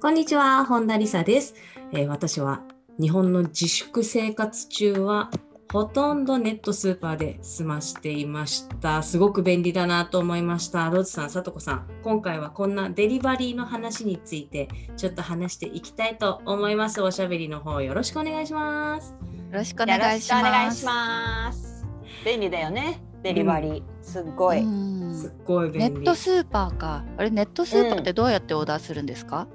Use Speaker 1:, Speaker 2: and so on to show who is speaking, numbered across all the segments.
Speaker 1: こんにちは、本田理沙です、えー私は日本の自粛生活中はほとんどネットスーパーで済ましていました。すごく便利だなと思いました。ローズさん、さとこさん、今回はこんなデリバリーの話についてちょっと話していきたいと思います。おしゃべりの方よろしくお願いします。
Speaker 2: よろしくお願いします。
Speaker 3: よろくお願いします便利だよねデリバリー、すっごい、
Speaker 2: うん
Speaker 1: すっごい
Speaker 2: ネ
Speaker 1: 便利。
Speaker 2: ットスーパーか。あれネットスーパーってどうやってオーダーするんですか？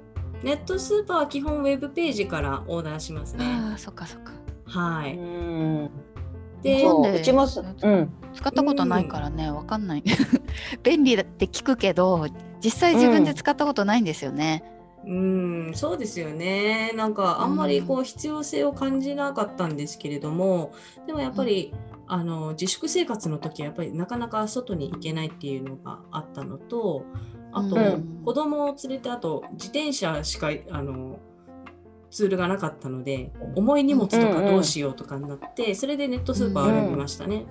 Speaker 1: ネットスーパーは基本ウェブページからオーダーしますね。
Speaker 2: ああ、そっかそっか。
Speaker 1: は
Speaker 3: う
Speaker 1: い。
Speaker 3: ん
Speaker 1: で、
Speaker 2: そう
Speaker 3: そううちもすうん
Speaker 2: 使ったことないからね、わかんない。 便利だって聞くけど、実際自分で使ったことないんですよね。
Speaker 1: うん、そうですよね。なんかあんまりこう必要性を感じなかったんですけれども、でもやっぱり、あの自粛生活の時はやっぱりなかなか外に行けないっていうのがあったのと、あと、
Speaker 2: うん
Speaker 1: 子供を連れてあと自転車しかあのツールがなかったので、重い荷物とかどうしようとかになって、それでネットスーパーを選びましたね。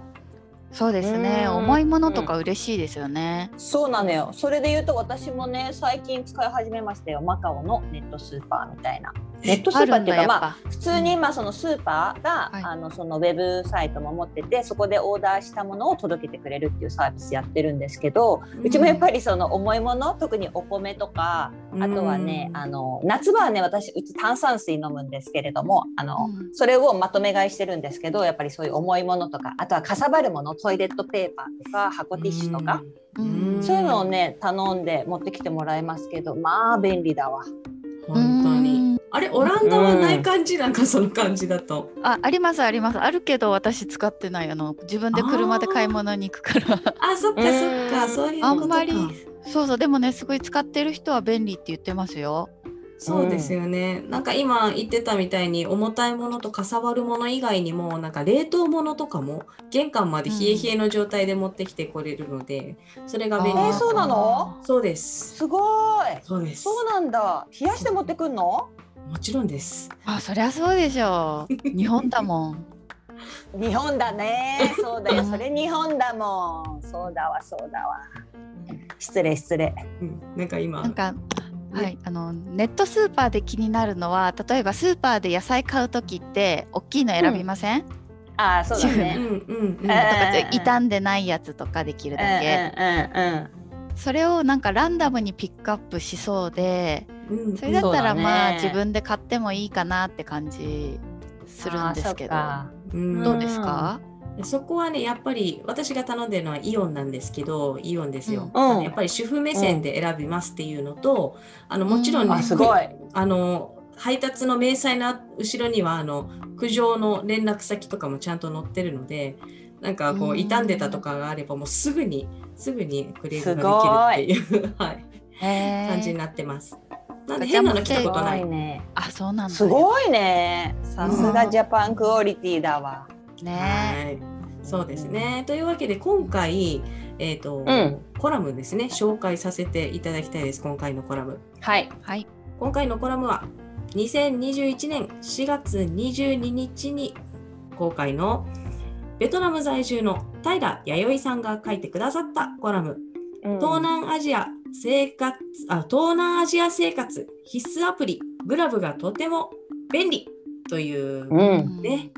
Speaker 2: そうですね。
Speaker 3: うん
Speaker 2: 重いものとか嬉しいですよね。
Speaker 3: そうなのよそれで言うと私もね最近使い始めましたよマカオのネットスーパーみたいなネットス
Speaker 2: あ
Speaker 3: ーパ
Speaker 2: る
Speaker 3: ーっ
Speaker 2: ん
Speaker 3: ていう
Speaker 2: だや
Speaker 3: か
Speaker 2: っ
Speaker 3: まあ
Speaker 2: ぱ。
Speaker 3: 普通に今そのスーパーが、
Speaker 2: はい
Speaker 3: あのそのウェブサイトも持っててそこでオーダーしたものを届けてくれるっていうサービスやってるんですけど、うちもやっぱりその重いもの特にお米とかあとはね、
Speaker 1: うん
Speaker 3: あの夏場はね私うち炭酸水飲むんですけれどもあの、
Speaker 2: うん
Speaker 3: それをまとめ買いしてるんですけどやっぱりそういう重いものとかあとはかさばるものトイレットペーパーとか箱ティッシュと
Speaker 2: う
Speaker 3: か、
Speaker 2: ん
Speaker 3: そういうのをね頼んで持ってきてもらいますけどまあ便利だわ。
Speaker 1: 本当に。
Speaker 2: うん
Speaker 1: あれオランダはない感じなんかその感じだと。
Speaker 2: あありますありますあるけど私使ってないあの自分で車で買い物に行くから
Speaker 1: あそっか
Speaker 3: うん
Speaker 1: そっかそういうことか。
Speaker 2: あんまりそうそうでもねすごい使ってる人は便利って言ってますよ。
Speaker 1: そうですよね。なんか今言ってたみたいに重たいものとかさばるもの以外にもなんか冷凍ものとかも玄関まで冷え冷えの状態で持ってきてこれるので、それが便利だ
Speaker 3: あーそうなの
Speaker 1: そうです。
Speaker 3: すごい
Speaker 1: そうです。
Speaker 3: そうなんだ冷やして持ってくんの
Speaker 1: もちろんです。
Speaker 2: あそりゃそうでしょう。 日本だもん。
Speaker 3: 日本だねそうだよ
Speaker 2: うん
Speaker 3: それ日本だもんそうだわそうだわ失礼失礼
Speaker 1: うん、なんか今
Speaker 2: なんかはいあのネットスーパーで気になるのは例えばスーパーで野菜買う時って大きいの選びません、
Speaker 3: ああそうだ
Speaker 1: うん
Speaker 3: ね
Speaker 1: うんうん。
Speaker 3: え
Speaker 2: と
Speaker 3: ー
Speaker 2: かちょ傷んでないやつとかできる
Speaker 3: う
Speaker 2: だけ、
Speaker 3: んうんうん
Speaker 2: それをなんかランダムにピックアップしそうで
Speaker 1: うんうん
Speaker 2: それだったら
Speaker 3: そうだね
Speaker 2: まあ、自分で買ってもいいかなって感じするんですけど
Speaker 3: あ
Speaker 1: うん
Speaker 2: どうですか、
Speaker 1: そこはねやっぱり私が頼んでるのはイオンなんですけどイオンですよ、
Speaker 3: うん
Speaker 1: あのやっぱり主婦目線で選びますっていうのと、あのもちろん、
Speaker 3: ー
Speaker 1: ね
Speaker 2: うん
Speaker 3: あすごい
Speaker 1: あの配達の明細の後ろにはあの苦情の連絡先とかもちゃんと載ってるのでなんかこ
Speaker 2: う
Speaker 1: うん傷んでたとかがあればもうすぐにすぐにクレームができるっていう はい、
Speaker 2: へー
Speaker 1: 感じになってます。なんで変なの来たことない。
Speaker 3: ね
Speaker 2: あそうなんだ
Speaker 3: すごいねさすがジャパンクオリティだわ
Speaker 2: ね
Speaker 1: はいそうですね。というわけで今回、えーと
Speaker 3: うん
Speaker 1: コラムですね紹介させていただきたいです今回のコラム。
Speaker 3: はい
Speaker 2: はい
Speaker 1: 今回のコラムは2021年4月22日に公開のベトナム在住の平弥生さんが書いてくださったコラム「東南アジア生活あ東南アジア生活必須アプリグラブがとても便利」という
Speaker 3: う
Speaker 2: うんん
Speaker 1: ね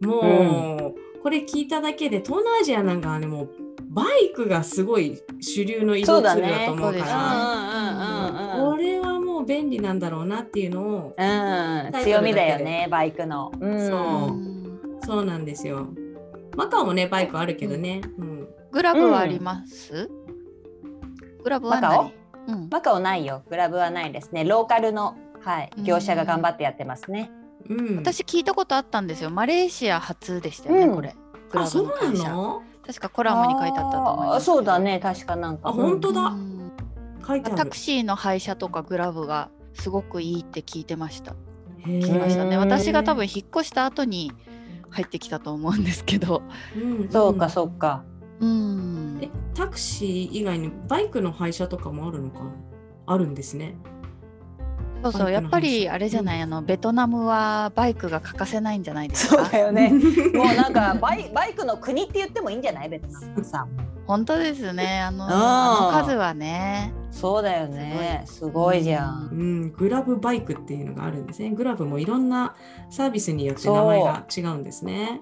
Speaker 1: もう、これ聞いただけで東南アジアなんかはねもうバイクがすごい主流の移動ツールだと思う
Speaker 2: そうだねそうで
Speaker 1: か
Speaker 2: すね
Speaker 1: ら。
Speaker 3: うんうんうんう
Speaker 1: こ
Speaker 3: ん
Speaker 1: れはもう便利なんだろうなっていうのを
Speaker 3: うん強みだよねバイクのうん
Speaker 1: そう
Speaker 2: うん
Speaker 1: そうなんですよマカオもねバイクあるけどね、うん
Speaker 2: グラブはあります、グラブはないうん、
Speaker 3: マカオないよ。グラブはないですね。ローカルの、はい、
Speaker 2: うん
Speaker 3: 業者が頑張ってやってますね。
Speaker 1: うん、
Speaker 2: 私聞いたことあったんですよマレーシア初でしたよね、
Speaker 3: うん
Speaker 2: これグ
Speaker 1: あ
Speaker 2: ラ
Speaker 1: そ
Speaker 2: ブ
Speaker 1: う
Speaker 2: の
Speaker 1: な
Speaker 2: 会社
Speaker 1: の
Speaker 2: 確かコラムに書いてあったと思いますけど
Speaker 3: あーそうだね確かなんか
Speaker 1: あ本当だ
Speaker 2: うん
Speaker 1: 書いてあ
Speaker 2: タ
Speaker 1: る
Speaker 2: ク。シーの配車とかグラブがすごくいいって聞いてました。
Speaker 1: 聞
Speaker 2: 聞きましたね。
Speaker 3: へー
Speaker 2: 私が多分引っ越した後に入ってきたと思うんですけど。
Speaker 3: そうかそうか
Speaker 2: うん
Speaker 1: え。タクシー以外にバイクの配車とかもあるのかあるんですね。
Speaker 2: そうそう。やっぱりあれじゃない、
Speaker 1: うん
Speaker 2: あのベトナムはバイクが欠かせないんじゃないです
Speaker 3: そう
Speaker 2: か
Speaker 3: だ。よねもうなんか バイバイクの国って言ってもいいんじゃないベトナムはさ
Speaker 2: 本当ですね。あの
Speaker 3: うん
Speaker 2: あの数はね。
Speaker 3: そうだよねすごいじゃん
Speaker 2: う
Speaker 1: うん、グラブバイクっていうのがあるんですね。グラブもいろんなサービスによって名前が違うんですね。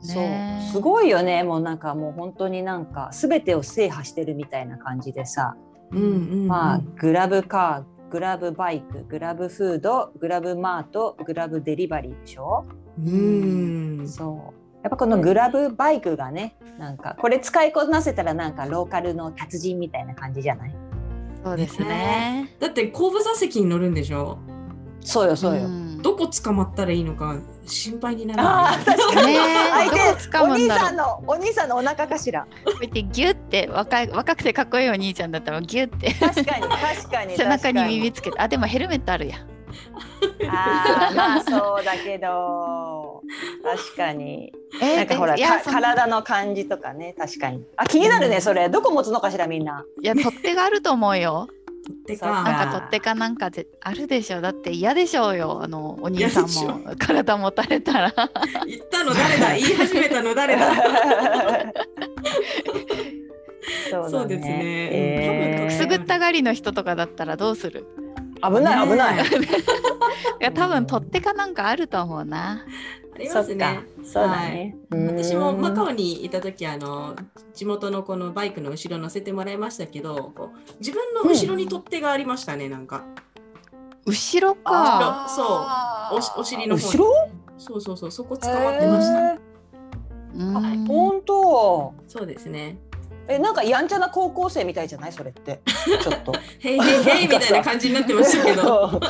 Speaker 3: そう
Speaker 2: ねえ
Speaker 3: すごいよねもうなんかもう本当になんか全てを制覇してるみたいな感じでさ、
Speaker 1: うんうん、うん。
Speaker 3: まあグラブカーグラブバイクグラブフードグラブマートグラブデリバリーでしょ
Speaker 1: うん。
Speaker 3: そうやっぱこのグラブバイクがねなんかこれ使いこなせたらなんかローカルの達人みたいな感じじゃない
Speaker 2: そうですね。
Speaker 1: だって後部座席に乗るんでしょ。
Speaker 3: そうよそうよ、
Speaker 2: ん
Speaker 1: どこ捕まったらいいのか心配になる。
Speaker 3: あー確かに
Speaker 2: ねえどこ掴
Speaker 3: お
Speaker 2: むん
Speaker 3: 兄
Speaker 2: だろう
Speaker 3: さんのお兄さんのお腹かしら
Speaker 2: こうやってギュって若い若くてかっこいいお兄ちゃんだったらギュって
Speaker 3: 確かに確かに
Speaker 2: 背中に
Speaker 3: 確か
Speaker 2: 耳つけてあでもヘルメットあるや
Speaker 3: あーまあそうだけど確かに
Speaker 2: え
Speaker 3: なんかほら
Speaker 2: いや
Speaker 3: か
Speaker 2: そんない
Speaker 3: 体の感じとかね確かにあ気になるねそれどこ持つのかしらみん な
Speaker 2: や取っ手があると思う よ
Speaker 1: て
Speaker 3: そう
Speaker 1: か
Speaker 2: なんか取っ手かなんかぜあるでしょだって嫌でしょうよあのお兄さん
Speaker 1: 嫌
Speaker 2: も体持たれた ら
Speaker 1: 言ったの誰だ言い始めたの誰だ
Speaker 3: そ
Speaker 1: そうですね
Speaker 3: え
Speaker 1: 多分
Speaker 2: く
Speaker 3: ー
Speaker 2: すぐったがりの人とかだったらどうする
Speaker 3: 危ない危ない、
Speaker 1: ね
Speaker 2: いや多分取っ手かなんかあると思うな
Speaker 1: あり
Speaker 3: そ
Speaker 1: ま
Speaker 3: っ
Speaker 1: す
Speaker 3: か
Speaker 1: ね。
Speaker 3: そうだね、うん
Speaker 1: 私もマカオにいた時あの地元のこのバイクの後ろ乗せてもらいましたけどこう自分の後ろに取っ手がありましたね、なんか
Speaker 2: 後ろか
Speaker 1: あそうおしお尻の方に
Speaker 3: 後ろ
Speaker 1: そうそうそうそこ捕まってました、
Speaker 3: へー
Speaker 2: うん
Speaker 3: あ本当
Speaker 1: そうですね
Speaker 3: えなんかやんちゃな高校生みたいじゃないそれってちょっと
Speaker 1: 「へいへいへい」みたいな感じになってました けど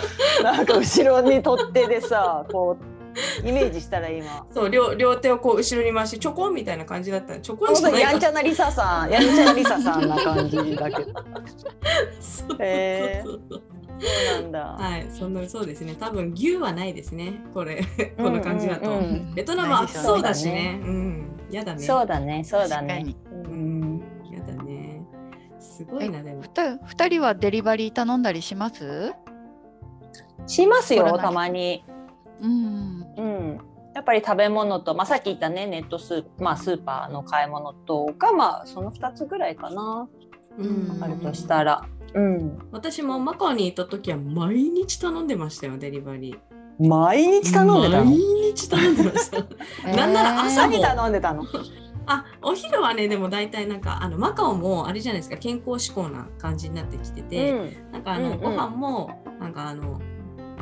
Speaker 3: なんか後ろに取っ手でさこうイメージしたら今
Speaker 1: そう両両手をこう後ろに回してちょこんみたいな感じだったちょこん
Speaker 3: 本
Speaker 1: じ
Speaker 3: 当
Speaker 1: ゃない
Speaker 3: にや
Speaker 1: か
Speaker 3: んちゃなリサさんやんちゃなリ サさんな感じだけど
Speaker 1: そうそう
Speaker 3: へー
Speaker 1: そうそう
Speaker 3: そうなんだ、
Speaker 1: はいそんなそうですね多分牛はないですねこれこの感じだと、
Speaker 3: うんうんうん
Speaker 1: ベトナムは暑そうだしねうんやだね
Speaker 3: そうだねそうだ
Speaker 2: 確か
Speaker 3: ね
Speaker 2: に
Speaker 3: うん
Speaker 1: やだねすごいなでも
Speaker 2: ふた二人はデリバリー頼んだりします
Speaker 3: します
Speaker 2: 取
Speaker 3: よ
Speaker 2: らない
Speaker 3: たまに
Speaker 2: うん
Speaker 3: うんやっぱり食べ物と、まあ、さっき言ったねネットスー,、まあ、スーパーの買い物とかまあその2つぐらいかな
Speaker 2: うん
Speaker 3: あるとしたらうん
Speaker 1: 私もマカオに行った時は毎日頼んでましたよデリバリー
Speaker 3: 毎日頼んでた
Speaker 1: 毎
Speaker 3: の
Speaker 1: 日頼んでました なんなら朝
Speaker 3: 何頼んでたの
Speaker 1: あお昼はねでも大体なんかあのマカオもあれじゃないですか健康志向な感じになってきてて、
Speaker 3: ん、
Speaker 1: なんかあの、
Speaker 3: うんうん
Speaker 1: ご飯もなんかあの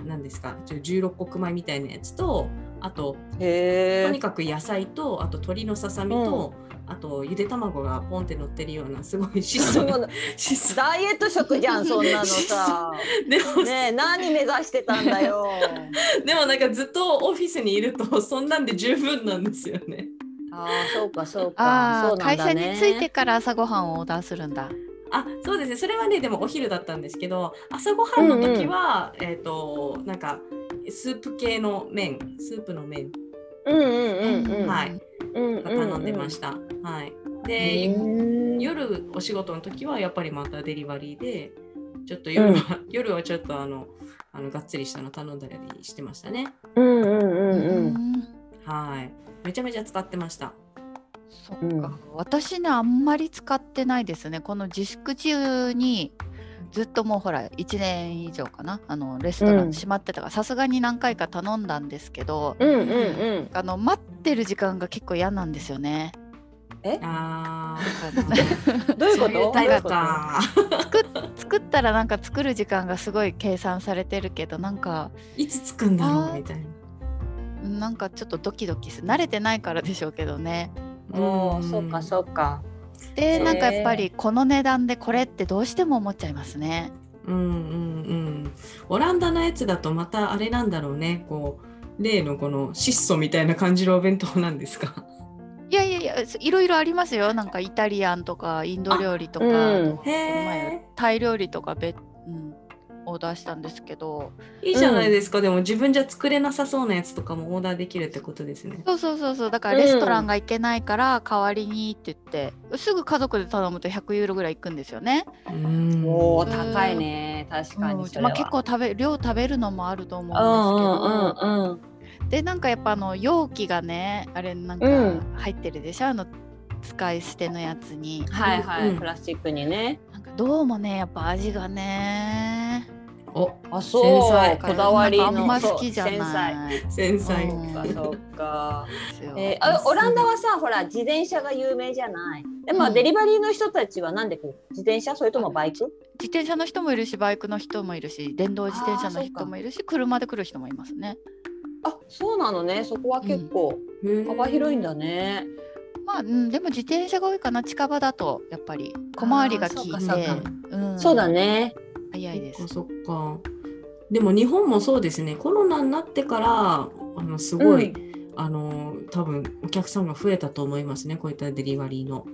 Speaker 1: なんですかちょ16穀米みたいなやつとあとと
Speaker 3: へ
Speaker 1: にかく野菜とあと鶏のささみと、あとゆで卵がポンって乗ってるようなすごい質素な
Speaker 3: え
Speaker 1: 質素
Speaker 3: ダイエット食じゃんそんなのさ
Speaker 1: でも
Speaker 3: ねえ何目指してたんだよ
Speaker 1: でもなんかずっとオフィスにいるとそんなんで十分なんですよね。
Speaker 3: ああそうかそうか
Speaker 2: あ
Speaker 3: そ
Speaker 2: あ、
Speaker 3: うなん
Speaker 2: 会
Speaker 3: だ
Speaker 2: 社
Speaker 3: ね
Speaker 2: に着いてから朝ごはんをオーダーするんだ。
Speaker 1: あそうですねそれはねでもお昼だったんですけど朝ごはんの時は、えっ、となんかスープ系の麺スープの麺
Speaker 3: うんうんうんうん
Speaker 1: はい
Speaker 3: うんうん
Speaker 1: が頼んでました。はい、で、
Speaker 3: 夜
Speaker 1: 夜お仕事の時はやっぱりまたデリバリーでちょっと夜は、 夜はちょっとあのあのがっつりしたの頼んだりしてましたね。
Speaker 3: うんうんう
Speaker 2: うん
Speaker 3: うん
Speaker 1: はいめちゃめちゃ使ってました。
Speaker 2: そっか、
Speaker 3: うん
Speaker 2: 私ねあんまり使ってないですねこの自粛中にずっともうほら1年以上かなあのレストラ
Speaker 3: うん
Speaker 2: ン閉まってたからさすがに何回か頼んだんですけど、
Speaker 3: うんうんうん
Speaker 2: あの待ってる時間が結構嫌なんですよね。
Speaker 1: あ
Speaker 2: なんか
Speaker 1: ー
Speaker 3: どういうこと
Speaker 1: そういうタイプか。
Speaker 2: 作ったらなんか作る時間がすごい計算されてるけどなんか
Speaker 1: いつ着くんだろうみたいな。
Speaker 2: なんかちょっとドキドキする慣れてないからでしょうけどね。
Speaker 3: お
Speaker 1: ん
Speaker 3: ーそうかそうか
Speaker 2: で
Speaker 3: ね
Speaker 2: なんかやっぱりこの値段でこれってどうしても思っちゃいますね。
Speaker 1: うんうんうん。オランダのやつだとまたあれなんだろうね。こう例のこの質素みたいな感じのお弁当なんですか。
Speaker 2: いやいやいや、すいろいろありますよ。なんかイタリアンとかインド料理とか、
Speaker 3: あ
Speaker 2: あ
Speaker 3: うん
Speaker 2: とこの前
Speaker 1: へ
Speaker 2: タイ料理とかべ、うん、オーダーしたんですけど、
Speaker 1: いいじゃないですか、でも自分じゃ作れなさそうなやつとかもオーダーできるってことですね。
Speaker 2: そうそうそうそう。だから
Speaker 3: うん
Speaker 2: レストランが行けないから代わりにって言って、すぐ家族で頼むと100ユーロぐらい行くんですよね。
Speaker 1: うん
Speaker 3: おお高いね確か
Speaker 2: う
Speaker 3: にそ
Speaker 2: ん
Speaker 3: れは、
Speaker 2: まあ結構食べ量食べるのもあると思うんですけど。
Speaker 3: うんうんうんうん
Speaker 2: でなんかやっぱあの容器がねあれなんか
Speaker 3: うん
Speaker 2: 入ってるでしょ、あの使い捨てのやつに
Speaker 3: はいはい、
Speaker 1: うん
Speaker 3: プラスチックにね
Speaker 2: なんかどうもねやっぱ味がね
Speaker 1: お
Speaker 3: あ
Speaker 1: 繊細
Speaker 3: こだわり
Speaker 2: な
Speaker 3: の
Speaker 2: んかあんま好きじゃ
Speaker 3: そう繊細
Speaker 2: ない
Speaker 1: 繊細。
Speaker 2: うん
Speaker 3: そうかそうか
Speaker 2: ですよ
Speaker 3: えーあオランダはさほら自転車が有名じゃないでも、
Speaker 2: うん
Speaker 3: デリバリーの人たちはなんで来る自転車それともバイク
Speaker 2: 自転車の人もいるしバイクの人もいるし電動自転車の人もいるし車で来る人もいますね
Speaker 3: あそうなのねそこは結構
Speaker 1: へー
Speaker 3: 幅広いんだね、
Speaker 2: まあ、うん、でも自転車が多いかな近場だとやっぱり小回りが効い
Speaker 3: あ
Speaker 2: て
Speaker 3: ーそうかそう
Speaker 2: うん
Speaker 3: そうだね
Speaker 2: 早いです
Speaker 1: そっかそっか。でも日本もそうですね。コロナになってからあのすごい、あの多分お客さんが増えたと思いますね。こういったデリバリーの。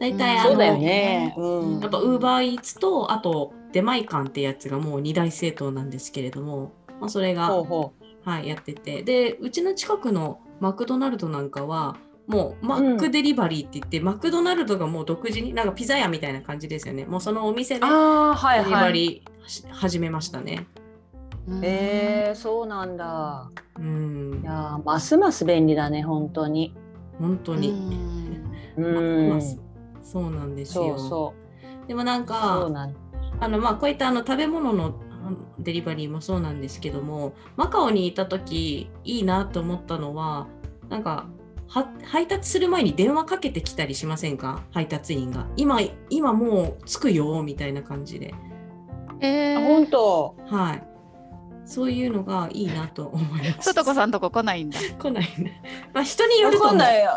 Speaker 1: 大体、
Speaker 2: うん
Speaker 1: あ
Speaker 3: そ
Speaker 1: の
Speaker 3: うだよねう
Speaker 2: うん
Speaker 3: ん
Speaker 1: やっぱウーバーイーツとあと出前館ってやつがもう二大政党なんですけれども、まあ、それが
Speaker 3: ほうほ
Speaker 1: はい、やっててでうちの近くのマクドナルドなんかはもうマ
Speaker 3: うん
Speaker 1: ックデリバリーって言って、マクドナルドがもう独自になんかピザ屋みたいな感じですよねもうそのお店
Speaker 3: う
Speaker 1: では
Speaker 3: ああは
Speaker 1: デ
Speaker 3: い
Speaker 1: リバ
Speaker 3: はい
Speaker 1: リーし始めましたね。
Speaker 2: うん
Speaker 3: えー、そうなんだ
Speaker 1: うん
Speaker 3: いやーますます便利だね本当に
Speaker 1: 本当に、
Speaker 2: うん
Speaker 3: う
Speaker 1: ま
Speaker 3: ん、
Speaker 1: まあそうなんです
Speaker 3: そ
Speaker 1: よ
Speaker 3: うそ
Speaker 1: でもなん
Speaker 3: うそう
Speaker 1: か
Speaker 3: なん
Speaker 1: あの、まあ、こういったあの食べ物のあのデリバリーもそうなんですけどもマカオにいた時いいなと思ったのはなんかは配達する前に電話かけてきたりしませんか配達員が今今もう着くよみたいな感じで
Speaker 2: え
Speaker 3: あ
Speaker 2: ー
Speaker 3: 本当
Speaker 1: はいそういうのがいいなと思います
Speaker 2: ととこさんとこ来ないんだ。
Speaker 1: 来ないねまあ人によ
Speaker 3: わ
Speaker 1: ると
Speaker 3: かん
Speaker 1: 思う
Speaker 3: ないよ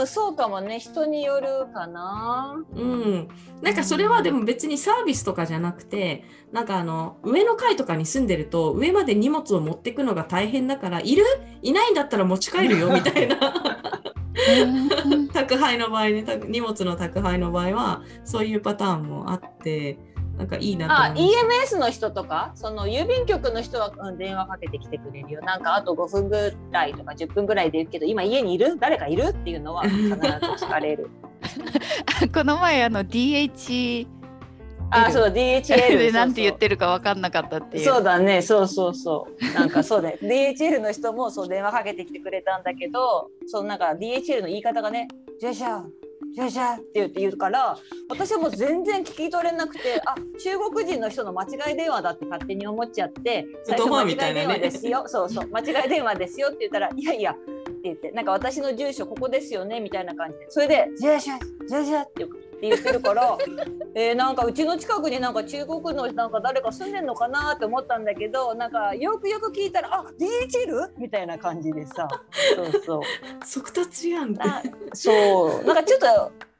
Speaker 3: うんそうかもね人によるかな
Speaker 1: うん、なんかそれはでも別にサービスとかじゃなくてなんかあの上の階とかに住んでると上まで荷物を持ってくのが大変だからいるいないんだったら持ち帰 るよみたいな
Speaker 2: うん
Speaker 1: 宅配の場合ね宅荷物の宅配の場合はそういうパターンもあってなんかいいな
Speaker 3: あ
Speaker 1: と思いま
Speaker 3: EMS の人とかその郵便局の人は、うん、電話かけてきてくれるよなんかあと5分ぐらいとか10分ぐらいで言うけど今家にいる誰かいるっていうのは必ず聞 かれる
Speaker 2: この前あの DH
Speaker 3: あそう
Speaker 2: で
Speaker 3: DHL
Speaker 2: なんて言ってるか分かんなかったっていう。
Speaker 3: そうだねそうそうそうなんかそうだよ DHL の人もそう電話かけてきてくれたんだけどそのなんか DHL の言い方がね「ジャジャジャジャ」って言って言うから私はもう全然聞き取れなくてあ中国人の人の間違い電話だって勝手に思っちゃって最初
Speaker 1: 言葉
Speaker 3: 間違
Speaker 1: み
Speaker 3: い
Speaker 1: たい
Speaker 3: 電
Speaker 1: なね
Speaker 3: 話ですよ、そうそう間違い電話ですよって言ったら「いやいや」って言ってなんか私の住所ここですよねみたいな感じでそれで「ジャジャジャジャ」って言うって言ってるから。えー、なんかうちの近くになんか中国のなんか誰か住んでんのかなって思ったんだけどなんかよくよく聞いたら「あ DHL?」みたいな感じでさそうそう
Speaker 1: す速達やんって
Speaker 3: なそうなんかちょっと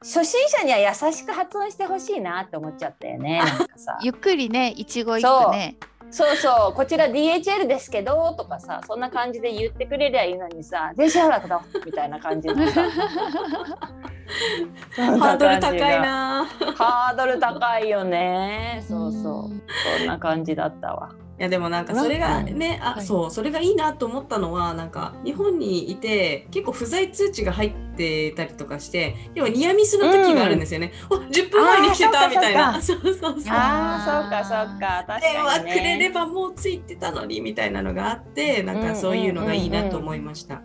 Speaker 3: 初心者には優しく発音してほしいなって思っちゃったよねなんかさ
Speaker 2: ゆっくりね一期一会ね。
Speaker 3: そうそうこちら DHL ですけどとかさそんな感じで言ってくれりゃいいのにさ「電車だけど」みたいな感じでさ
Speaker 1: ハードル高いな
Speaker 3: ハードル高いよねそうそう
Speaker 2: う
Speaker 3: そんな感じだったわ。
Speaker 1: いやでもなんかそれが
Speaker 2: うん
Speaker 1: ねあ、
Speaker 2: はい
Speaker 1: そうそれがいいなと思ったのはなんか日本にいて結構不在通知が入ってたりとかして要はニアミスの時があるんですよね、お10分前に来て
Speaker 3: あ
Speaker 1: た
Speaker 3: ー
Speaker 1: みたいな そ
Speaker 3: そう
Speaker 1: そうそう
Speaker 3: ああそうかそうか確
Speaker 1: 電
Speaker 3: か
Speaker 1: 話
Speaker 3: に、
Speaker 1: く
Speaker 3: ね、
Speaker 1: れればもうついてたのにみたいなのがあってなん
Speaker 3: うん
Speaker 1: かそういうのがいいなと思いました、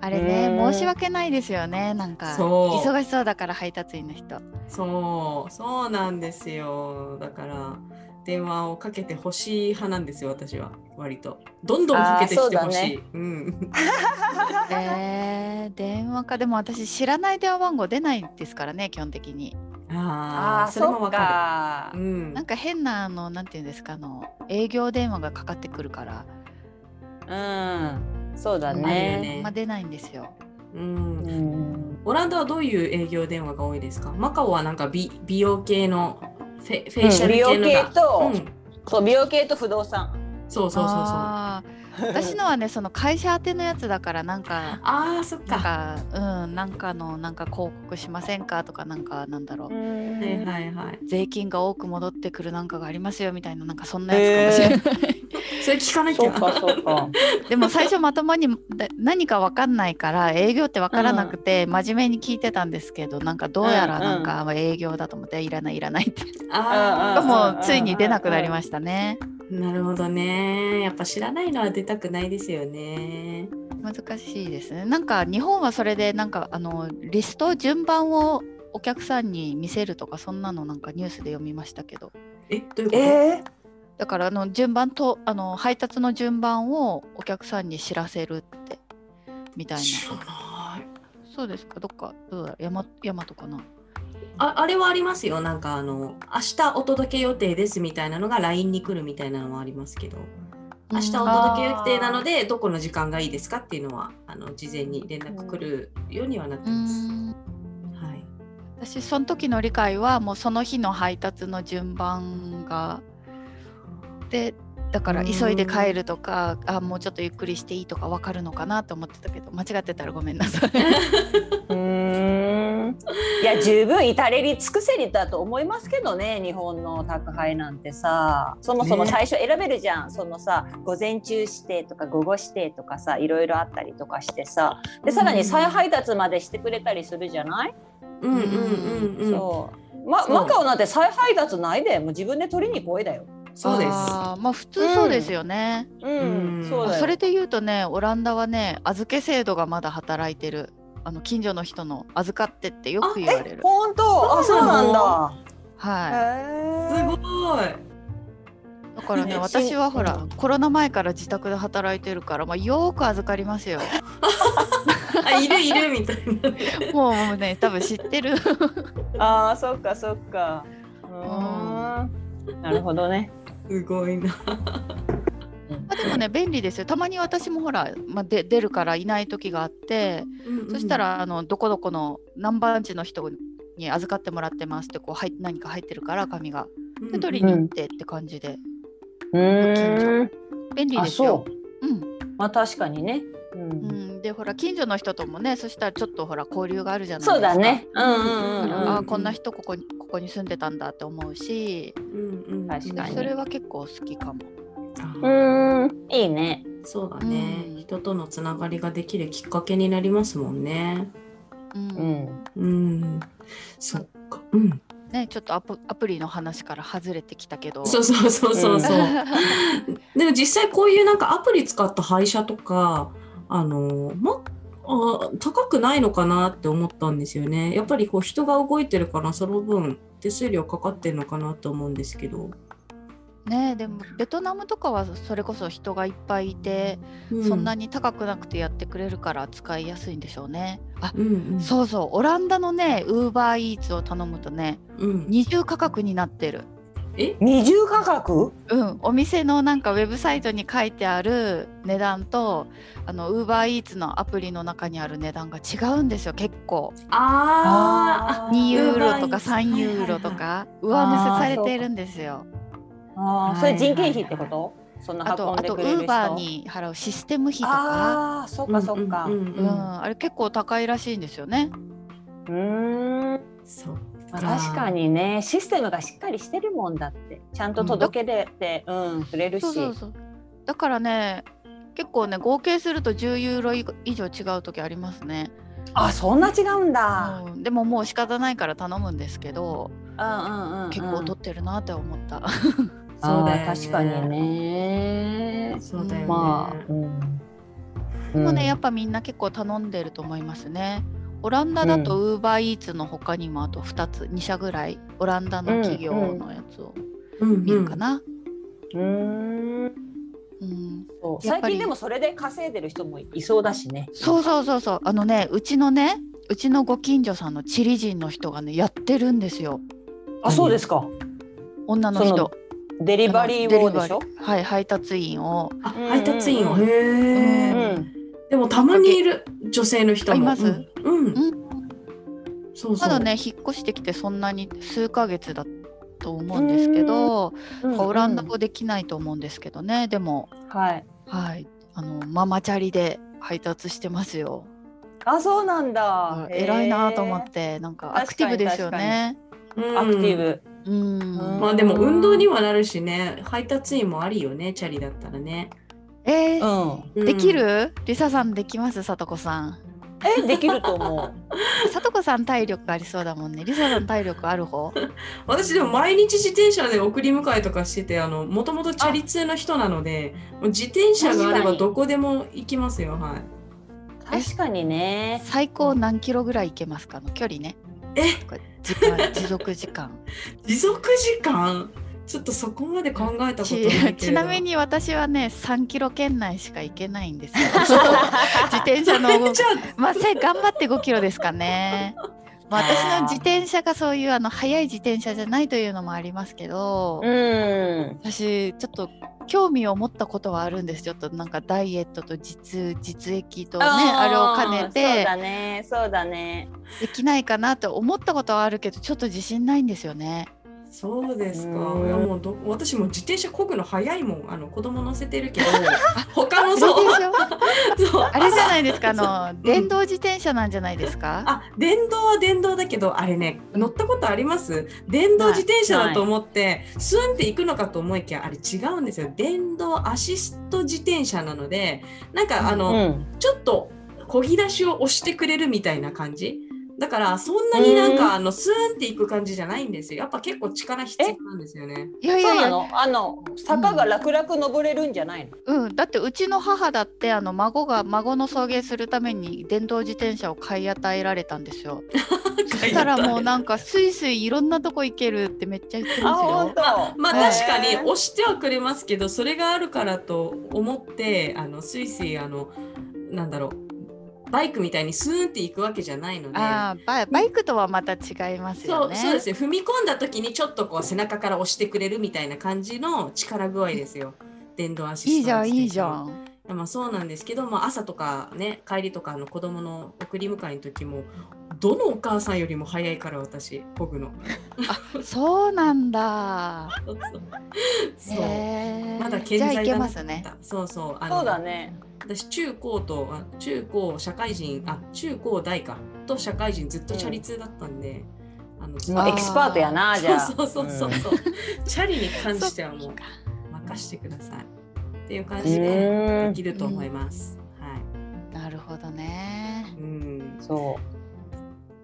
Speaker 2: あれね、
Speaker 3: うん
Speaker 2: 申し訳ないですよねなんか
Speaker 1: そう
Speaker 2: 忙しそうだから配達員の人。
Speaker 1: そうそうなんですよだから電話をかけてほしい派なんですよ私は割とどんどんかけてきてほしいうん、
Speaker 2: えー、電話かでも私知らない電話番号出ないですからね基本的に。
Speaker 1: あ
Speaker 3: あ
Speaker 1: あ
Speaker 3: あ
Speaker 1: それ
Speaker 3: そ
Speaker 1: も
Speaker 3: っ
Speaker 1: わか
Speaker 3: か
Speaker 1: る、うん
Speaker 2: なんか変なあのなんていうんですかあの営業電話がかかってくるから、
Speaker 3: うんそうだ
Speaker 1: あるよ
Speaker 3: ね
Speaker 1: ね
Speaker 2: まあ出ないんですよ。
Speaker 1: うん
Speaker 3: うん
Speaker 1: オランダはどういう営業電話が多いですかマカオはなんか美美容系のフェフェイシャル
Speaker 3: 美
Speaker 1: 系
Speaker 3: 容
Speaker 1: の
Speaker 3: 系
Speaker 1: が、
Speaker 3: と、
Speaker 1: うん
Speaker 3: そう美容系と不動産
Speaker 1: そうそうそうそう
Speaker 2: あー私のはねその会社宛てのやつだからなんか
Speaker 1: あーそっ
Speaker 2: なん
Speaker 1: か。
Speaker 2: かうんなんかのなんか広告しませんかとかなんかなんだろう、
Speaker 1: はいはいはい。
Speaker 2: 税金が多く戻ってくるなんかがありますよみたいななんかそんなやつかもしれない、
Speaker 1: それ聞かなき
Speaker 3: そう
Speaker 1: ゃ。
Speaker 3: かそうか。
Speaker 2: でも最初まともにだ何かわかんないから営業ってわからなくて真面目に聞いてたんですけどなんかどうやらなんか営業だと思っていらないいらないって
Speaker 1: あ
Speaker 3: うん
Speaker 2: もうついに出なくなりましたね
Speaker 1: あ、なるほどね。やっぱ知らないのは出たくないですよね。
Speaker 2: 難しいですねなんか日本はそれでなんかあのリスト順番をお客さんに見せるとかそんなのなんかニュースで読みましたけど
Speaker 1: え、どういうこと、
Speaker 3: え
Speaker 2: だからあの順番とあの配達の順番をお客さんに知らせるってみたい
Speaker 1: 知
Speaker 2: な
Speaker 1: らない。
Speaker 2: そうですかどっかどうだろう山山とかな
Speaker 1: ああれはありますよ。なんかあの、明日お届け予定ですみたいなのが LINE に来るみたいなのはありますけど、明日お届け予定なので、どこの時間がいいですかっていうのは、あの事前に連絡来るようにはなって
Speaker 2: う
Speaker 1: ます。
Speaker 2: ん
Speaker 1: はい。
Speaker 2: 私その時の理解はもうその日の配達の順番がでだから
Speaker 1: うん
Speaker 2: 急いで帰るとかあもうちょっとゆっくりしていいとか分かるのかなと思ってたけど間違ってたらごめんな さい。
Speaker 3: ー、うーん。いや十分至れり尽くせりだと思いますけどね日本の宅配なんてさそもそも
Speaker 1: ね
Speaker 3: 最初選べるじゃん、そのさ午前中指定とか午後指定とかさいろいろあったりとかしてさでさらに再配達までしてくれたりするじゃない、
Speaker 1: うんうんうんうん。そう
Speaker 3: そう,、ま、
Speaker 1: そう
Speaker 3: マカオなんて再配達ないでもう自分で取りに来いだよ。
Speaker 1: です。
Speaker 2: あーまあ普通そうですよね、
Speaker 3: うん、
Speaker 1: うん
Speaker 3: そうだよ。
Speaker 2: それで言うとねオランダはね預け制度がまだ働いてるあの近所の人の預かってってよく言われる。
Speaker 3: 本当、あ、
Speaker 1: そ
Speaker 3: そうう
Speaker 1: なの
Speaker 3: なん
Speaker 2: はい
Speaker 3: だ。へ
Speaker 1: す
Speaker 3: ー
Speaker 1: ごい。
Speaker 2: だからね
Speaker 3: ね
Speaker 2: 私はほ
Speaker 3: う
Speaker 2: ら
Speaker 3: ん
Speaker 2: コロナ前から自宅で働いてるから、まあ、よーく預かりま すよ
Speaker 1: あ、いるいるみたいな。
Speaker 2: もうもうね多分知ってる
Speaker 3: ああ、そっか、そっか。うーん。なるほどね。
Speaker 1: すごいな。
Speaker 2: まあでもね便利ですよたまに私もほら、まあ、で出るからいない時があって、そしたらあのどこどこの何番地の人に預かってもらってますってこう入っ何か入ってるから紙が
Speaker 1: うん、
Speaker 2: で取りに行ってって感じで
Speaker 3: う
Speaker 2: ー
Speaker 3: ん。
Speaker 2: 便利
Speaker 3: あ、
Speaker 2: ですよ
Speaker 3: そ。
Speaker 2: う
Speaker 3: う。
Speaker 2: ん
Speaker 3: まあ、確かにね。う。
Speaker 2: うんん、でほら近所の人ともねそしたらちょっとほら交流があるじゃないですか。
Speaker 3: そうだね。うん、う
Speaker 2: だ
Speaker 3: ん、
Speaker 2: か
Speaker 3: う
Speaker 2: ら、
Speaker 3: ん、
Speaker 2: あ
Speaker 3: う
Speaker 2: ー
Speaker 3: ん。
Speaker 2: こんな人ここにここに住んでたんだって思うし、
Speaker 1: うんうん、
Speaker 3: 確かに
Speaker 2: それは結構好きかも。
Speaker 1: あ
Speaker 3: うん。いいね。
Speaker 1: そうだね、
Speaker 2: うん
Speaker 1: 人とのつながりができるきっかけになりますもんね。
Speaker 2: うん
Speaker 3: うん。
Speaker 1: うん、そっか。うん、
Speaker 2: ねちょっとアプアプリの話から外れてきたけど。
Speaker 1: そうそうそうそうそう。
Speaker 3: う
Speaker 1: でも実際こういうなんかアプリ使った配車とかあのまあ高くないのかなって思ったんですよね。やっぱりこう人が動いてるからその分手数料かかってるのかなと思うんですけど。
Speaker 2: ねでもベトナムとかはそれこそ人がいっぱいいて、そんな
Speaker 1: に。
Speaker 2: に高くなくてやってくれるから使いやすいんでしょうね。あ、
Speaker 1: うんうん。
Speaker 2: そうそうオランダのねウーバーイーツを頼むとね
Speaker 1: うん。
Speaker 2: 二重価格になってる。
Speaker 1: え？
Speaker 3: 二重価格。
Speaker 2: うん、お店のなんかウェブサイトに書いてある値段とあのウーバーイーツのアプリの中にある値段が違うんですよ結構
Speaker 1: ああ。
Speaker 3: ー
Speaker 2: 2ユーロと
Speaker 1: Uber
Speaker 2: か
Speaker 1: Eats
Speaker 2: 3ユーロとか上乗せされてるんですよ。
Speaker 3: ああ、それ人件費ってこと。そんな
Speaker 2: あと
Speaker 3: 運ん
Speaker 2: あ
Speaker 3: で
Speaker 2: とウ
Speaker 3: くれる
Speaker 2: ー
Speaker 3: 人。
Speaker 2: バーに払うシステム費とか、
Speaker 3: ああ、そっか、そっか
Speaker 1: うん。うん
Speaker 2: う
Speaker 1: うんうん
Speaker 2: ん、あれ結構高いらしいんですよね。
Speaker 3: うん。
Speaker 1: そっ
Speaker 3: まあ確かにねシステムがしっかりしてるもんだってちゃんと届けれて、うんくれるし
Speaker 2: そうそうそうだからね結構ね合計すると10ユーロ以上違う時ありますね、
Speaker 3: あそんな違うんだ、
Speaker 2: うん、でももう仕方ないから頼むんですけど、
Speaker 3: うん、うんうんうん
Speaker 2: 結構取ってるなって思った。
Speaker 1: そうだよね
Speaker 3: あー確かにね
Speaker 1: そうだよね。
Speaker 3: まあ、うんうん、
Speaker 2: もうねやっぱみんな結構頼んでると思いますね。オランダだとウーバーイーツの他にもあと2つ2社ぐらいオランダの企業のやつを
Speaker 1: うんうん
Speaker 2: 見るかな。
Speaker 3: うん
Speaker 2: うん
Speaker 3: そう
Speaker 2: やっ
Speaker 3: 最
Speaker 2: ぱり
Speaker 3: 近でもそれで稼いでる人もいそうだしね
Speaker 2: そうそうそうそうあのねうちのねうちのご近所さんのチリ人の人がねやってるんですよ
Speaker 3: あそうですか
Speaker 2: 女の
Speaker 3: そ
Speaker 2: 人
Speaker 3: のデリバリーをでし
Speaker 2: あ
Speaker 3: ょ
Speaker 2: のデリバリーはい配達員を
Speaker 1: あ
Speaker 3: うんうん
Speaker 1: 配達員を。
Speaker 3: うん
Speaker 1: へ
Speaker 3: う
Speaker 1: ー
Speaker 3: ん、
Speaker 1: でもたまにいる女性の人も。
Speaker 2: あいます
Speaker 1: うんうん。
Speaker 2: うん
Speaker 1: そうそ
Speaker 2: ま
Speaker 1: う。
Speaker 2: だね引っ越してきてそんなに数ヶ月だと思うんですけどオランダ語できないと思うんですけどねでも
Speaker 3: はい
Speaker 2: はいあのママチャリで配達してますよ。
Speaker 3: あそうなん
Speaker 2: あ
Speaker 3: だ。
Speaker 2: 偉いなと思っ
Speaker 3: へ
Speaker 2: てなんか
Speaker 3: 確かに
Speaker 2: アクティブですよね。
Speaker 3: ー。アクティブ。
Speaker 2: うん。
Speaker 3: うん
Speaker 1: まあでも運動にはなるしね、配達員もありよね、チャリだったらね。
Speaker 2: えー
Speaker 3: う
Speaker 1: うん
Speaker 2: できる？リサさんできます？さとこさん。
Speaker 3: ん。えできると思
Speaker 2: さとこさん体力ありそうだもんね。リサさん体力ある方？
Speaker 1: 私でも毎日自転車で送り迎えとかしてて、あの、もともとチャリ通の人なので、もう自転車があれ
Speaker 3: 確か
Speaker 1: ば
Speaker 3: に
Speaker 1: どこでも行きますよ、はい。
Speaker 3: う。確かに ね。
Speaker 2: 最高何キロぐらい行けますかの距離ね。
Speaker 1: え
Speaker 2: とか時間持続時間。
Speaker 1: 持続時間ちょっとそこまで考えたことないけれ ど
Speaker 2: ちちなみ。に私はね3キロ圏内しか行けないんですよ。自転車の
Speaker 1: じゃ
Speaker 2: まあ、せ頑張って5キロですかね。まあ、私の自転車がそういうあの速い自転車じゃないというのもありますけど、
Speaker 3: うん。
Speaker 2: 私ちょっと興味を持ったことはあるんですちょっとなんかダイエットと実実益とねあれを兼ね
Speaker 3: そう
Speaker 2: て
Speaker 3: だね。そうだね。
Speaker 2: できないかなと思ったことはあるけどちょっと自信ないんですよね。
Speaker 1: あそうですか。
Speaker 3: うん
Speaker 1: いやもうど私もう自転車こぐの早いもん。あの子供乗せてるけど、他のそう
Speaker 2: あれでしょ
Speaker 1: そう
Speaker 2: あれじゃないですかあの電動自転車なんじゃないですか。
Speaker 1: あ電動は電動だけどあれね乗ったことあります電動自転車だと思ってスンって行くのかと思いきやあれ違うんですよ電動アシスト自転車なのでなんかあ
Speaker 3: う
Speaker 1: の、
Speaker 3: ん。
Speaker 1: ちょっと漕ぎ出しを押してくれるみたいな感じだからそんなになん
Speaker 3: う
Speaker 1: かあのスーンっていく感じじゃないんですよやっぱ結構力必要なんですよね
Speaker 2: いやい
Speaker 3: そ
Speaker 2: や
Speaker 3: う
Speaker 2: い
Speaker 3: な
Speaker 2: や
Speaker 3: の。あの坂が楽々登れるんじゃないの。
Speaker 2: うん、だってうちの母だってあの孫が孫の送迎するために電動自転車を買い与えられたんです よ。そしたらもうなんかスイスイいろんなとこ行けるってめっちゃ言って
Speaker 3: あ
Speaker 2: ます
Speaker 3: 本
Speaker 2: よ。
Speaker 3: 当。
Speaker 1: まあ
Speaker 2: はい
Speaker 1: 確かに押してはくれますけどそれがあるからと思ってあのスイスイあのなんだろうバイクみたいにスーンっていくわけじゃないので。
Speaker 2: ああバイバイクとはまた違います
Speaker 1: そ
Speaker 2: よ
Speaker 1: う
Speaker 2: ね。
Speaker 1: そうですよ踏み込んだ時にちょっとこう背中から押してくれるみたいな感じの力具合ですよ電動アシスト
Speaker 2: いいじゃんいいじゃ
Speaker 1: ん
Speaker 2: ん。
Speaker 1: いやまあそうなんですけど、まあ、朝とかね帰りとかあの子供の送り迎えの時もどのお母さんよりも早いから私こぐの。
Speaker 2: そうなんだ。
Speaker 1: そう
Speaker 2: へえ。
Speaker 1: まだ健在だな
Speaker 2: じゃあいけますね。
Speaker 1: そうそうあの
Speaker 3: そうだね。
Speaker 1: 私中高とあ中高社会人あ中高大かと社会人ずっとチャリ通だったんで、あのずっと
Speaker 3: まあ
Speaker 2: ー
Speaker 3: エキスパートやなじゃあ。
Speaker 1: そうそうそうそう、チャリに関してはも
Speaker 2: そうっか
Speaker 1: 任してくださいっていう感
Speaker 3: う
Speaker 1: じで
Speaker 3: ん。う
Speaker 1: で
Speaker 3: ん
Speaker 1: きると思います。はい
Speaker 2: なるほどね。
Speaker 1: うん
Speaker 3: そ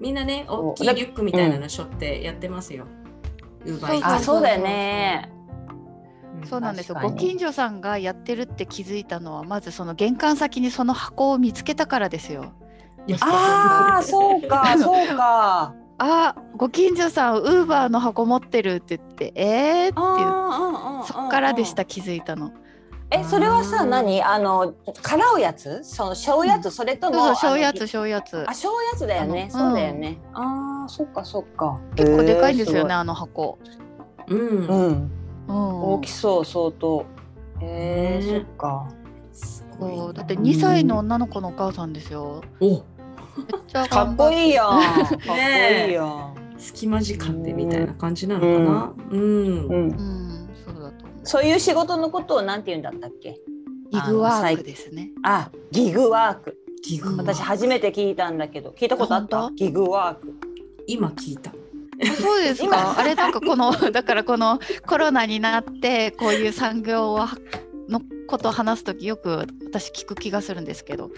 Speaker 1: みんなね、
Speaker 3: う
Speaker 1: 大きいリュックみたいなの背負ってやってますよ。ウーバーイー
Speaker 3: う。
Speaker 1: ツ
Speaker 3: あそうだよね。
Speaker 2: そうなんですよ
Speaker 3: 確か
Speaker 2: ご
Speaker 3: に
Speaker 2: 近所さんがやってるって気づいたのはまずその玄関先にその箱を見つけたからですよ。
Speaker 1: いや
Speaker 3: ああそう かそうか。
Speaker 2: あご近所さんウーバーの箱持ってるって言ってえー、って言っ
Speaker 3: ああ
Speaker 2: そっからでした気づいたの
Speaker 3: えそれはさ
Speaker 1: うん
Speaker 3: 何あの辛うやつそのしょうやつそれ
Speaker 2: そ
Speaker 3: と
Speaker 2: う
Speaker 3: も
Speaker 2: そう小や
Speaker 3: あの
Speaker 2: つ小やつ
Speaker 3: あしょうやつだよね
Speaker 2: あの
Speaker 3: そうだよねああそっかそっか
Speaker 2: 結構でかいんですよね
Speaker 3: へー
Speaker 2: あの箱、
Speaker 1: う
Speaker 3: す
Speaker 1: ん。
Speaker 3: ごいうん
Speaker 2: うん、
Speaker 3: 大きそう相当へえ
Speaker 1: ね
Speaker 3: そっか
Speaker 1: すごいな
Speaker 2: そうだって2歳の女の子のお母さんですよ
Speaker 1: お
Speaker 2: めっちゃ
Speaker 3: かっこ
Speaker 2: い
Speaker 3: いいやんかっこ
Speaker 1: ね
Speaker 3: いい
Speaker 1: え
Speaker 3: やん
Speaker 1: 隙間時間でみたいな感じなのかな。うん。う
Speaker 3: う
Speaker 1: ん
Speaker 3: ん
Speaker 2: うんそうだと思う
Speaker 3: そういう仕事のことをなんて言うんだったっけ
Speaker 2: イグワークですね
Speaker 3: あギグワーク
Speaker 1: ギグ
Speaker 3: 私初めて聞いたんだけど聞いたことあっ
Speaker 2: あ
Speaker 3: た
Speaker 2: 本
Speaker 3: ギグワーク
Speaker 1: 今聞いた。
Speaker 2: あそうですかあれなんかこの だからこのコロナになってこういう産業をのことを話す時よく私聞く気がするんですけど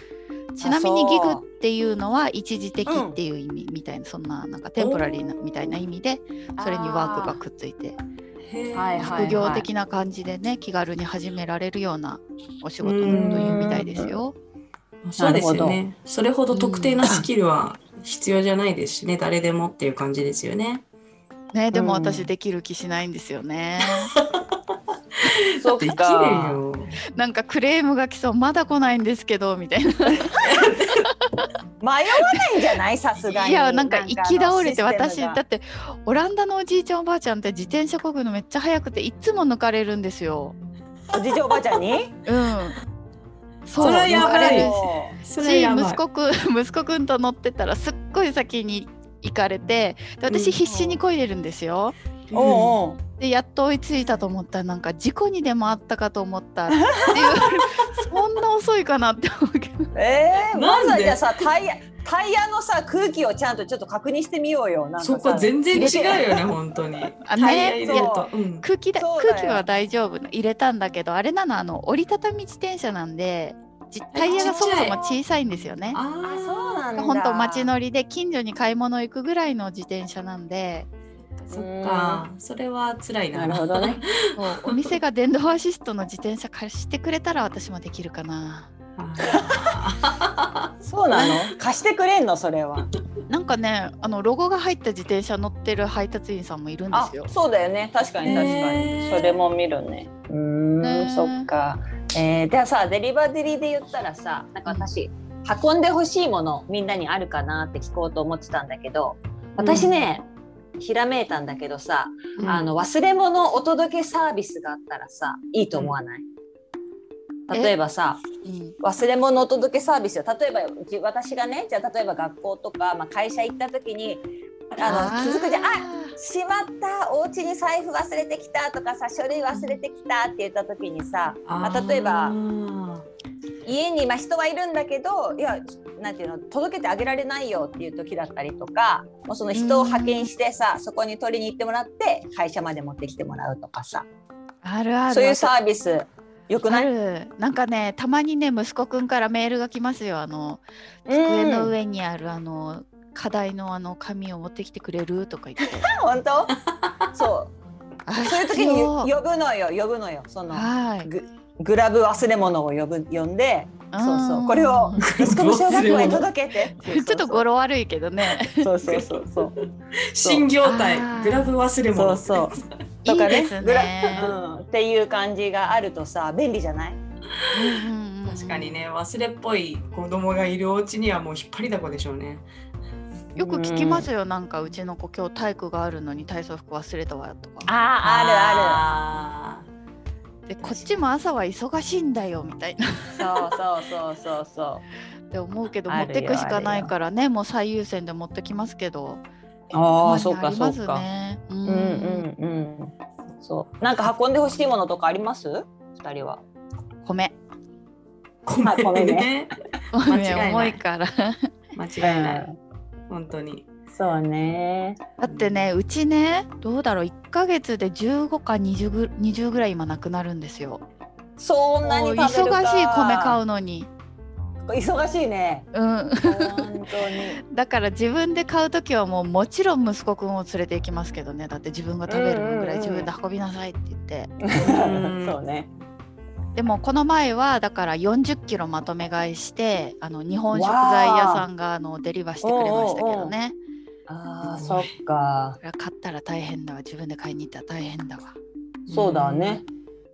Speaker 2: ちなみに
Speaker 3: あ
Speaker 2: ギ
Speaker 3: そう
Speaker 2: グっていうのは一時的っていう意味みたいな、そんななんかテンポラリーなみたいな意味でそれにワークがくっついて
Speaker 1: へえ
Speaker 3: はいはい
Speaker 2: 副業的な感じでね気軽に始められるようなお仕事というみたいですよ。
Speaker 1: そうですよ
Speaker 3: なる
Speaker 1: ね。それほど特定なスキルは必要じゃないですしね、誰でもっていう感じですよね。
Speaker 2: ねでも
Speaker 3: うん
Speaker 2: 私できる気しないんですよね。
Speaker 3: そっ
Speaker 1: できる
Speaker 3: か
Speaker 1: よ。
Speaker 2: なんかクレームが来そうまだ来ないんですけどみたいな。
Speaker 3: 迷わないんじゃないさすがに
Speaker 2: いやなんか行き倒れて
Speaker 3: なんかあの
Speaker 2: 私
Speaker 3: システ
Speaker 2: だ
Speaker 3: ムが
Speaker 2: ってオランダのおじいちゃんおばあちゃんって自転車こぐのめっちゃ速くていつも抜かれるんですよ。
Speaker 3: おじいちゃんおばあちゃんに
Speaker 2: うん。 そう
Speaker 1: それはやばい
Speaker 2: 抜かれる
Speaker 3: もう
Speaker 1: そ
Speaker 2: し
Speaker 1: やばい
Speaker 2: 息子くん息子くんと乗ってたらすっごい先に行かれてで
Speaker 1: う
Speaker 2: 私
Speaker 1: ん
Speaker 2: 必死にこいでるんですよ。
Speaker 1: お
Speaker 3: おうおう
Speaker 2: でやっと追いついたと思ったらなんか事故にでもあったかと思ったっていうそんな遅いかなって思うけど
Speaker 3: ええま
Speaker 1: な
Speaker 3: ず
Speaker 1: ん
Speaker 3: は
Speaker 1: で
Speaker 3: じゃあさタイヤタイヤのさ空気をちゃんとちょっと確認してみようよ。なんかさ
Speaker 1: そこ全然違うよね、本当に。
Speaker 2: あ
Speaker 1: タイヤ入
Speaker 2: ね
Speaker 1: れると。うん
Speaker 2: 空気だ
Speaker 3: そうだよ
Speaker 2: 空気は大丈夫入れたんだけどあれなのあの折りたたみ自転車なんでじタイヤがそもそも小さいんですよね。
Speaker 1: あ
Speaker 3: あそうなんだ。
Speaker 2: 本当街乗りで近所に買い物行くぐらいの自転車なんで
Speaker 1: そっか、それは辛いな。
Speaker 3: なるほどね。
Speaker 2: そうお店が電動アシストの自転車貸してくれたら私もできるかな。
Speaker 1: あ
Speaker 3: そうなの。 貸してくれんのそれは。
Speaker 2: なんかねあのロゴが入った自転車乗ってる配達員さんもいるんで
Speaker 3: あ
Speaker 2: すよ。
Speaker 3: そうだよね。確かに確か
Speaker 1: へ
Speaker 3: に。
Speaker 1: ー
Speaker 3: それも見るね。うーん、
Speaker 2: ね
Speaker 3: そっか。えー、ではさデリバデリで言ったらさなんか私運んでほしいものみんなにあるかなって聞こうと思ってたんだけど私ね、ひらめいたんだけどさ、
Speaker 1: ー
Speaker 3: あ、の忘れ物お届けサービスがあったらさいいと思わない、
Speaker 2: うん
Speaker 3: 例えばさ
Speaker 2: うん
Speaker 3: 忘れ物お届けサービスよ例えばじ私がねじゃあ例えば学校とか、まあ、会社行った時にあの気づくじゃん「あしまったお家に財布忘れてきた」とかさ「書類忘れてきた」って言った時にさ、まあ、例えば家にまあ人はいるんだけどいやなんていうの届けてあげられないよっていう時だったりとかもうその人を派遣してさそこに取りに行ってもらって会社まで持ってきてもらうとかさ
Speaker 2: あるある
Speaker 3: そういうサービスよく
Speaker 2: あ
Speaker 3: ない
Speaker 2: るなんかねたまにね息子くんからメールが来ますよあの
Speaker 3: うん
Speaker 2: 机の上にあるあの課題のあの紙を持ってきてくれるとか言って。
Speaker 3: 本当そう
Speaker 2: あ
Speaker 3: そういう時
Speaker 2: 必
Speaker 3: に
Speaker 2: 要
Speaker 3: 呼ぶのよ呼ぶのよその
Speaker 2: はい。
Speaker 3: ググラブ忘れ物を呼ぶ呼んでそうそうんこれを息子の小学校へ
Speaker 1: ち
Speaker 3: 届けて
Speaker 2: ちょっと語呂悪いけどね。
Speaker 3: そうそうそうそう
Speaker 1: 新業態
Speaker 2: あー
Speaker 1: グラブ忘れ
Speaker 3: そう
Speaker 1: 物
Speaker 3: そう
Speaker 2: い
Speaker 3: と
Speaker 2: い
Speaker 3: かね
Speaker 2: です
Speaker 3: ぐ
Speaker 2: ね。
Speaker 3: うんっていう感じがあるとさ便利じゃない
Speaker 2: うんうんうん
Speaker 1: 確かに。ね忘れっぽい子供がいるお家にはもう引っ張りだこでしょうね
Speaker 2: よく聞きますよ、なんかうちの子今日体育があるのに体操服忘れたわとか。
Speaker 3: あ
Speaker 1: あ
Speaker 3: あ
Speaker 1: る
Speaker 2: でこっちも朝は忙しいんだよみたいなっ
Speaker 3: るあるそうそうそうそうそ
Speaker 2: て思うけど
Speaker 3: ある
Speaker 2: 持
Speaker 3: よ
Speaker 2: ってくしかないからねもう最優先で持ってきますけど。
Speaker 3: うあ
Speaker 2: ま
Speaker 3: あそうか
Speaker 2: り
Speaker 3: そ
Speaker 2: ま
Speaker 3: う
Speaker 2: す
Speaker 3: か
Speaker 2: ね。う
Speaker 3: うんうんうんそうなんか運んでほしいものとかあります二人は
Speaker 2: 米。
Speaker 3: あ
Speaker 1: ご
Speaker 3: ご
Speaker 1: め
Speaker 3: め
Speaker 1: んね
Speaker 3: んね
Speaker 1: 間違い
Speaker 2: 米
Speaker 1: ない
Speaker 2: 重いから。
Speaker 1: 間違いない本当に
Speaker 3: そうね
Speaker 2: だってねうちねどうだろう1ヶ月で15か20ぐ ,20 ぐらい今なくなるんですよ。
Speaker 3: そんなに
Speaker 2: もう
Speaker 3: 食べる
Speaker 2: 忙
Speaker 3: か
Speaker 2: しい米買うのに。
Speaker 3: 忙しいね
Speaker 2: うん、
Speaker 3: 本当に
Speaker 2: だから自分で買う時はもうもちろん息子くんを連れて行きますけどねだって自分が食べる分ぐらい
Speaker 3: うんう
Speaker 2: 自
Speaker 3: んうん
Speaker 2: 分で運びなさいって言って、
Speaker 1: ん
Speaker 3: そうね。
Speaker 2: でもこの前はだから4 0キロまとめ買いしてあの日本食材屋さんがあのデリバしてくれましたけどね
Speaker 3: ああ、
Speaker 1: すご
Speaker 3: そ
Speaker 1: い
Speaker 3: っか。
Speaker 2: これは買ったら大変だわ自分で買いに行ったら大変だわ。
Speaker 3: そうだね。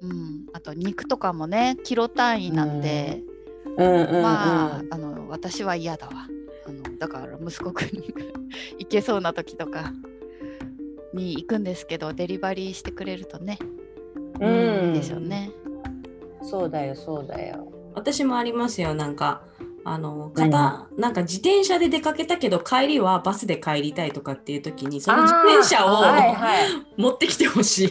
Speaker 2: うん、あと肉とかもねキロ単位なんで、
Speaker 3: うんうんうん。
Speaker 2: まああの私は嫌だわあのだから息子くんに 行けそうな時とかに行くんですけどデリバリーしてくれるとね、
Speaker 3: う
Speaker 1: うん
Speaker 3: ん、
Speaker 2: いいですよね
Speaker 3: そうだよ、そうだよ。
Speaker 1: 私もありますよなんかあの
Speaker 3: 何
Speaker 1: 片なんか自転車で出かけたけど帰りはバスで帰りたいとかっていう時にその自転車を
Speaker 3: はいはい。
Speaker 1: 持ってきてほし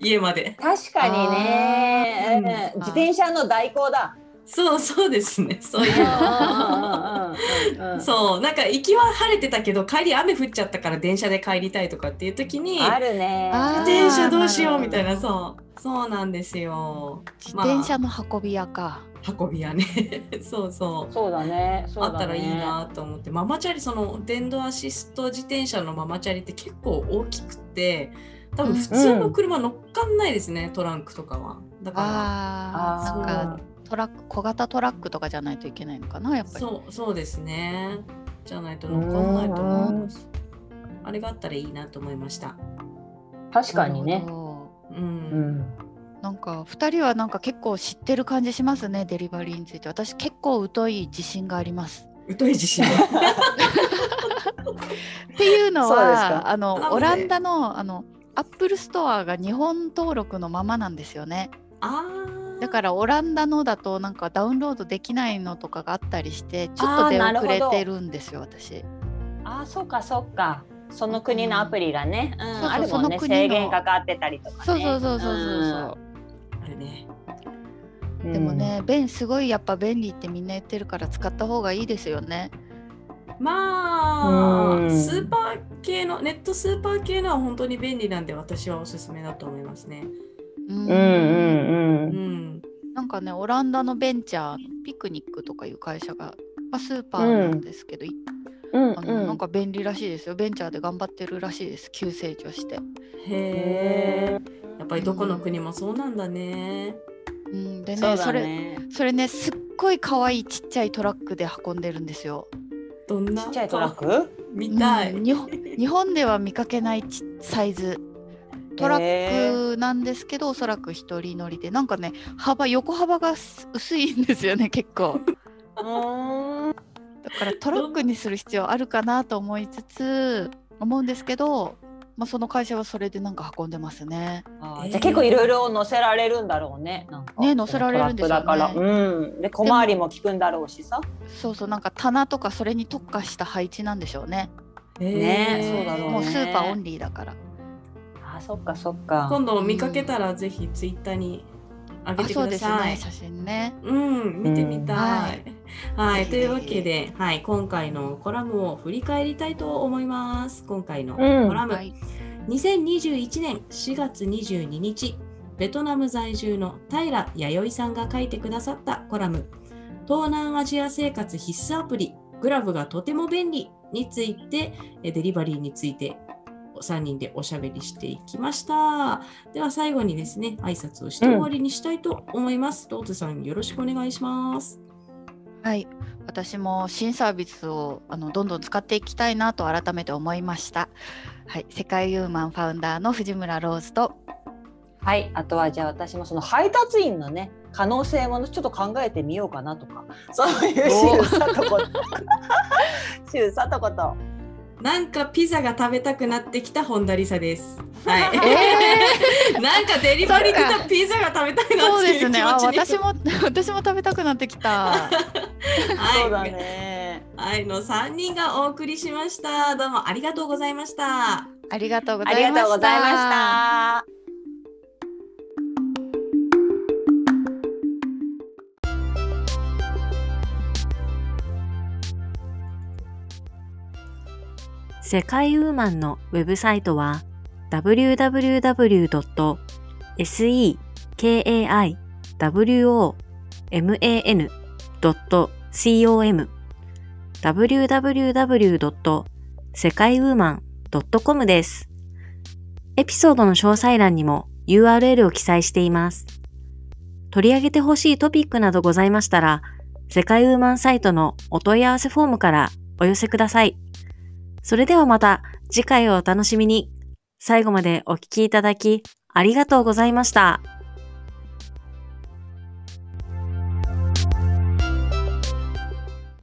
Speaker 1: い 家まで
Speaker 3: 確かにね。
Speaker 2: あーうん
Speaker 3: うん自転車の代行だ。
Speaker 1: そうそうですねそういう
Speaker 3: うんうんうんうんうん
Speaker 1: そうなんか行きは晴れてたけど帰り雨降っちゃったから電車で帰りたいとかっていう時に
Speaker 3: あるね。
Speaker 2: あ
Speaker 1: 自
Speaker 2: ー
Speaker 1: 転車どうしようみたい
Speaker 3: な。
Speaker 1: なそうそうなんですよ
Speaker 2: 自
Speaker 1: まあ
Speaker 2: 転車の運び屋か、
Speaker 1: 運び屋ね そうそう
Speaker 3: そうだね。そう
Speaker 1: あ
Speaker 3: だね
Speaker 1: ったらいい。なと思ってママチャリその電動アシスト自転車のママチャリって結構大きくて多分普通の車乗っかんないですね、トランクとかはだか
Speaker 2: あー
Speaker 3: あー
Speaker 2: なんかトラック小型トラックとかじゃないといけないのかなやっ
Speaker 1: ら
Speaker 2: ぱり
Speaker 1: そうそうですねじゃないと乗っかんないと思いますあれがあったらいいなと思いました
Speaker 3: 確かに
Speaker 2: な
Speaker 3: ね
Speaker 2: る。ほ
Speaker 1: う、
Speaker 3: うんん。
Speaker 2: どなんか2人はなんか結構知ってる感じしますねデリバリーについて私結構疎い自信があります
Speaker 1: 疎い自信
Speaker 2: っていうの
Speaker 3: そうですか
Speaker 2: はあ
Speaker 1: なの
Speaker 2: の
Speaker 1: で
Speaker 2: オランダのあのアップルストアが日本登録のままなんですよね
Speaker 1: あ
Speaker 2: だ
Speaker 1: ら
Speaker 2: からオランダのだとなんかダウンロードできないのとかがあったりしてちょっ
Speaker 3: あ
Speaker 2: と
Speaker 3: ー
Speaker 2: 出
Speaker 3: なる
Speaker 2: 遅
Speaker 3: ほど
Speaker 2: れてるんですよ私
Speaker 3: あーそうかそうかその国のアプリがね、うん
Speaker 2: そうそう
Speaker 3: あるもんね
Speaker 2: その国の
Speaker 3: 制限かかってたりとかね
Speaker 2: そうそうそうそうそうそう、
Speaker 1: あるね。
Speaker 3: うん
Speaker 2: でもね便すごいやっぱ便利ってみんな言ってるから使った方がいいですよね
Speaker 1: まあ、
Speaker 3: うん
Speaker 1: スーパー系の、ネットスーパー系のは本当に便利なんで、私はおすすめだと思いますね。
Speaker 2: う
Speaker 3: うんうんう
Speaker 1: うんん。
Speaker 2: なんかねオランダのベンチャーピクニックとかいう会社が、まあ、スーパーなんですけど、い
Speaker 4: うん
Speaker 2: あの
Speaker 4: う
Speaker 2: なん
Speaker 4: ん
Speaker 2: か便利らしいですよベンチャーで頑張ってるらしいです急成長して、
Speaker 1: へえ。やっぱりどこの国もそうなんだね。
Speaker 2: うん、でね
Speaker 3: そう
Speaker 2: そ
Speaker 3: だ
Speaker 2: れ
Speaker 3: ね
Speaker 2: それねすっごい可愛いちっちゃいトラックで運んでるんですよ。
Speaker 1: どんな
Speaker 3: ちっちゃいトラック
Speaker 1: 見たい。
Speaker 2: うん日本日本では見かけないちサイズトラックなんですけど、おそらく一人乗りでなんかね幅横幅がす薄いんですよね結 構
Speaker 3: うん
Speaker 2: だからトラックにする必要あるかなと思いつつ思うんですけど、まあ、その会社はそれでなんか運んでますね。
Speaker 3: あーじゃあ結構いろいろ乗せられるんだろうねなんか
Speaker 2: ね乗せられるんでしょうね
Speaker 3: トラックだからうんで小回りも効くんだろうしさ
Speaker 2: そうそうなんか棚とかそれに特化した配置なんでしょうね。
Speaker 3: ね
Speaker 1: へ
Speaker 3: そうだろね
Speaker 2: もうスーパーオンリーだから。
Speaker 3: あーそっかそっか
Speaker 1: 今度見かけたらぜひツイッターに上げ
Speaker 2: あ
Speaker 1: て
Speaker 2: そう
Speaker 1: くだ
Speaker 2: です
Speaker 1: さ
Speaker 2: ね
Speaker 1: い。
Speaker 2: 写真ね。
Speaker 1: うん、見てみたい。はい、
Speaker 2: ぜひ
Speaker 1: と
Speaker 2: ぜ
Speaker 1: い
Speaker 2: ひ
Speaker 1: うわけで、はい、今回のコラムを振り返りたいと思います。今回のコ
Speaker 4: うん
Speaker 1: ラム、
Speaker 2: はい。
Speaker 1: 2021年4月22日、ベトナム在住の平弥生さんが書いてくださったコラム、東南アジア生活必須アプリ、グラブがとても便利について、えデリバリーについて3人でおしゃべりしていきました。では最後にですね、挨拶をして終わりにしたいと思います。ローズさん、よろしくお願いします。
Speaker 2: はい、私も新サービスをあのどんどん使っていきたいなと改めて思いました。はい、世界ユーマンファウンダーの藤村ローズと
Speaker 3: はい、あとはじゃあ私もその配達員のね可能性もちょっと考えてみようかなと かそういう
Speaker 2: お
Speaker 3: 周さと こと周さとこと
Speaker 1: なんかピザが食べたくなってきた本田理沙です。はい。なんかデリバリー来たピザが食べたいなっ
Speaker 2: そう
Speaker 1: て
Speaker 2: で
Speaker 1: い
Speaker 2: す
Speaker 1: う気持ちに。
Speaker 2: ね。あ、私も私も食べたくなってきた。
Speaker 3: そうだ
Speaker 1: はい。
Speaker 3: ね
Speaker 1: はいの三人がお送りしました。どうもありがとうございました。
Speaker 2: ありがとうござ
Speaker 3: あ
Speaker 2: いま
Speaker 3: り
Speaker 2: した。
Speaker 3: がとうございました。
Speaker 5: 世界ウーマンのウェブサイトは www.sekaiwoman.com www.sekaiwoman.com です。エピソードの詳細欄にも URL を記載しています。取り上げてほしいトピックなどございましたら、世界ウーマンサイトのお問い合わせフォームからお寄せください。それではまた次回をお楽しみに。最後までお聞きいただきありがとうございました。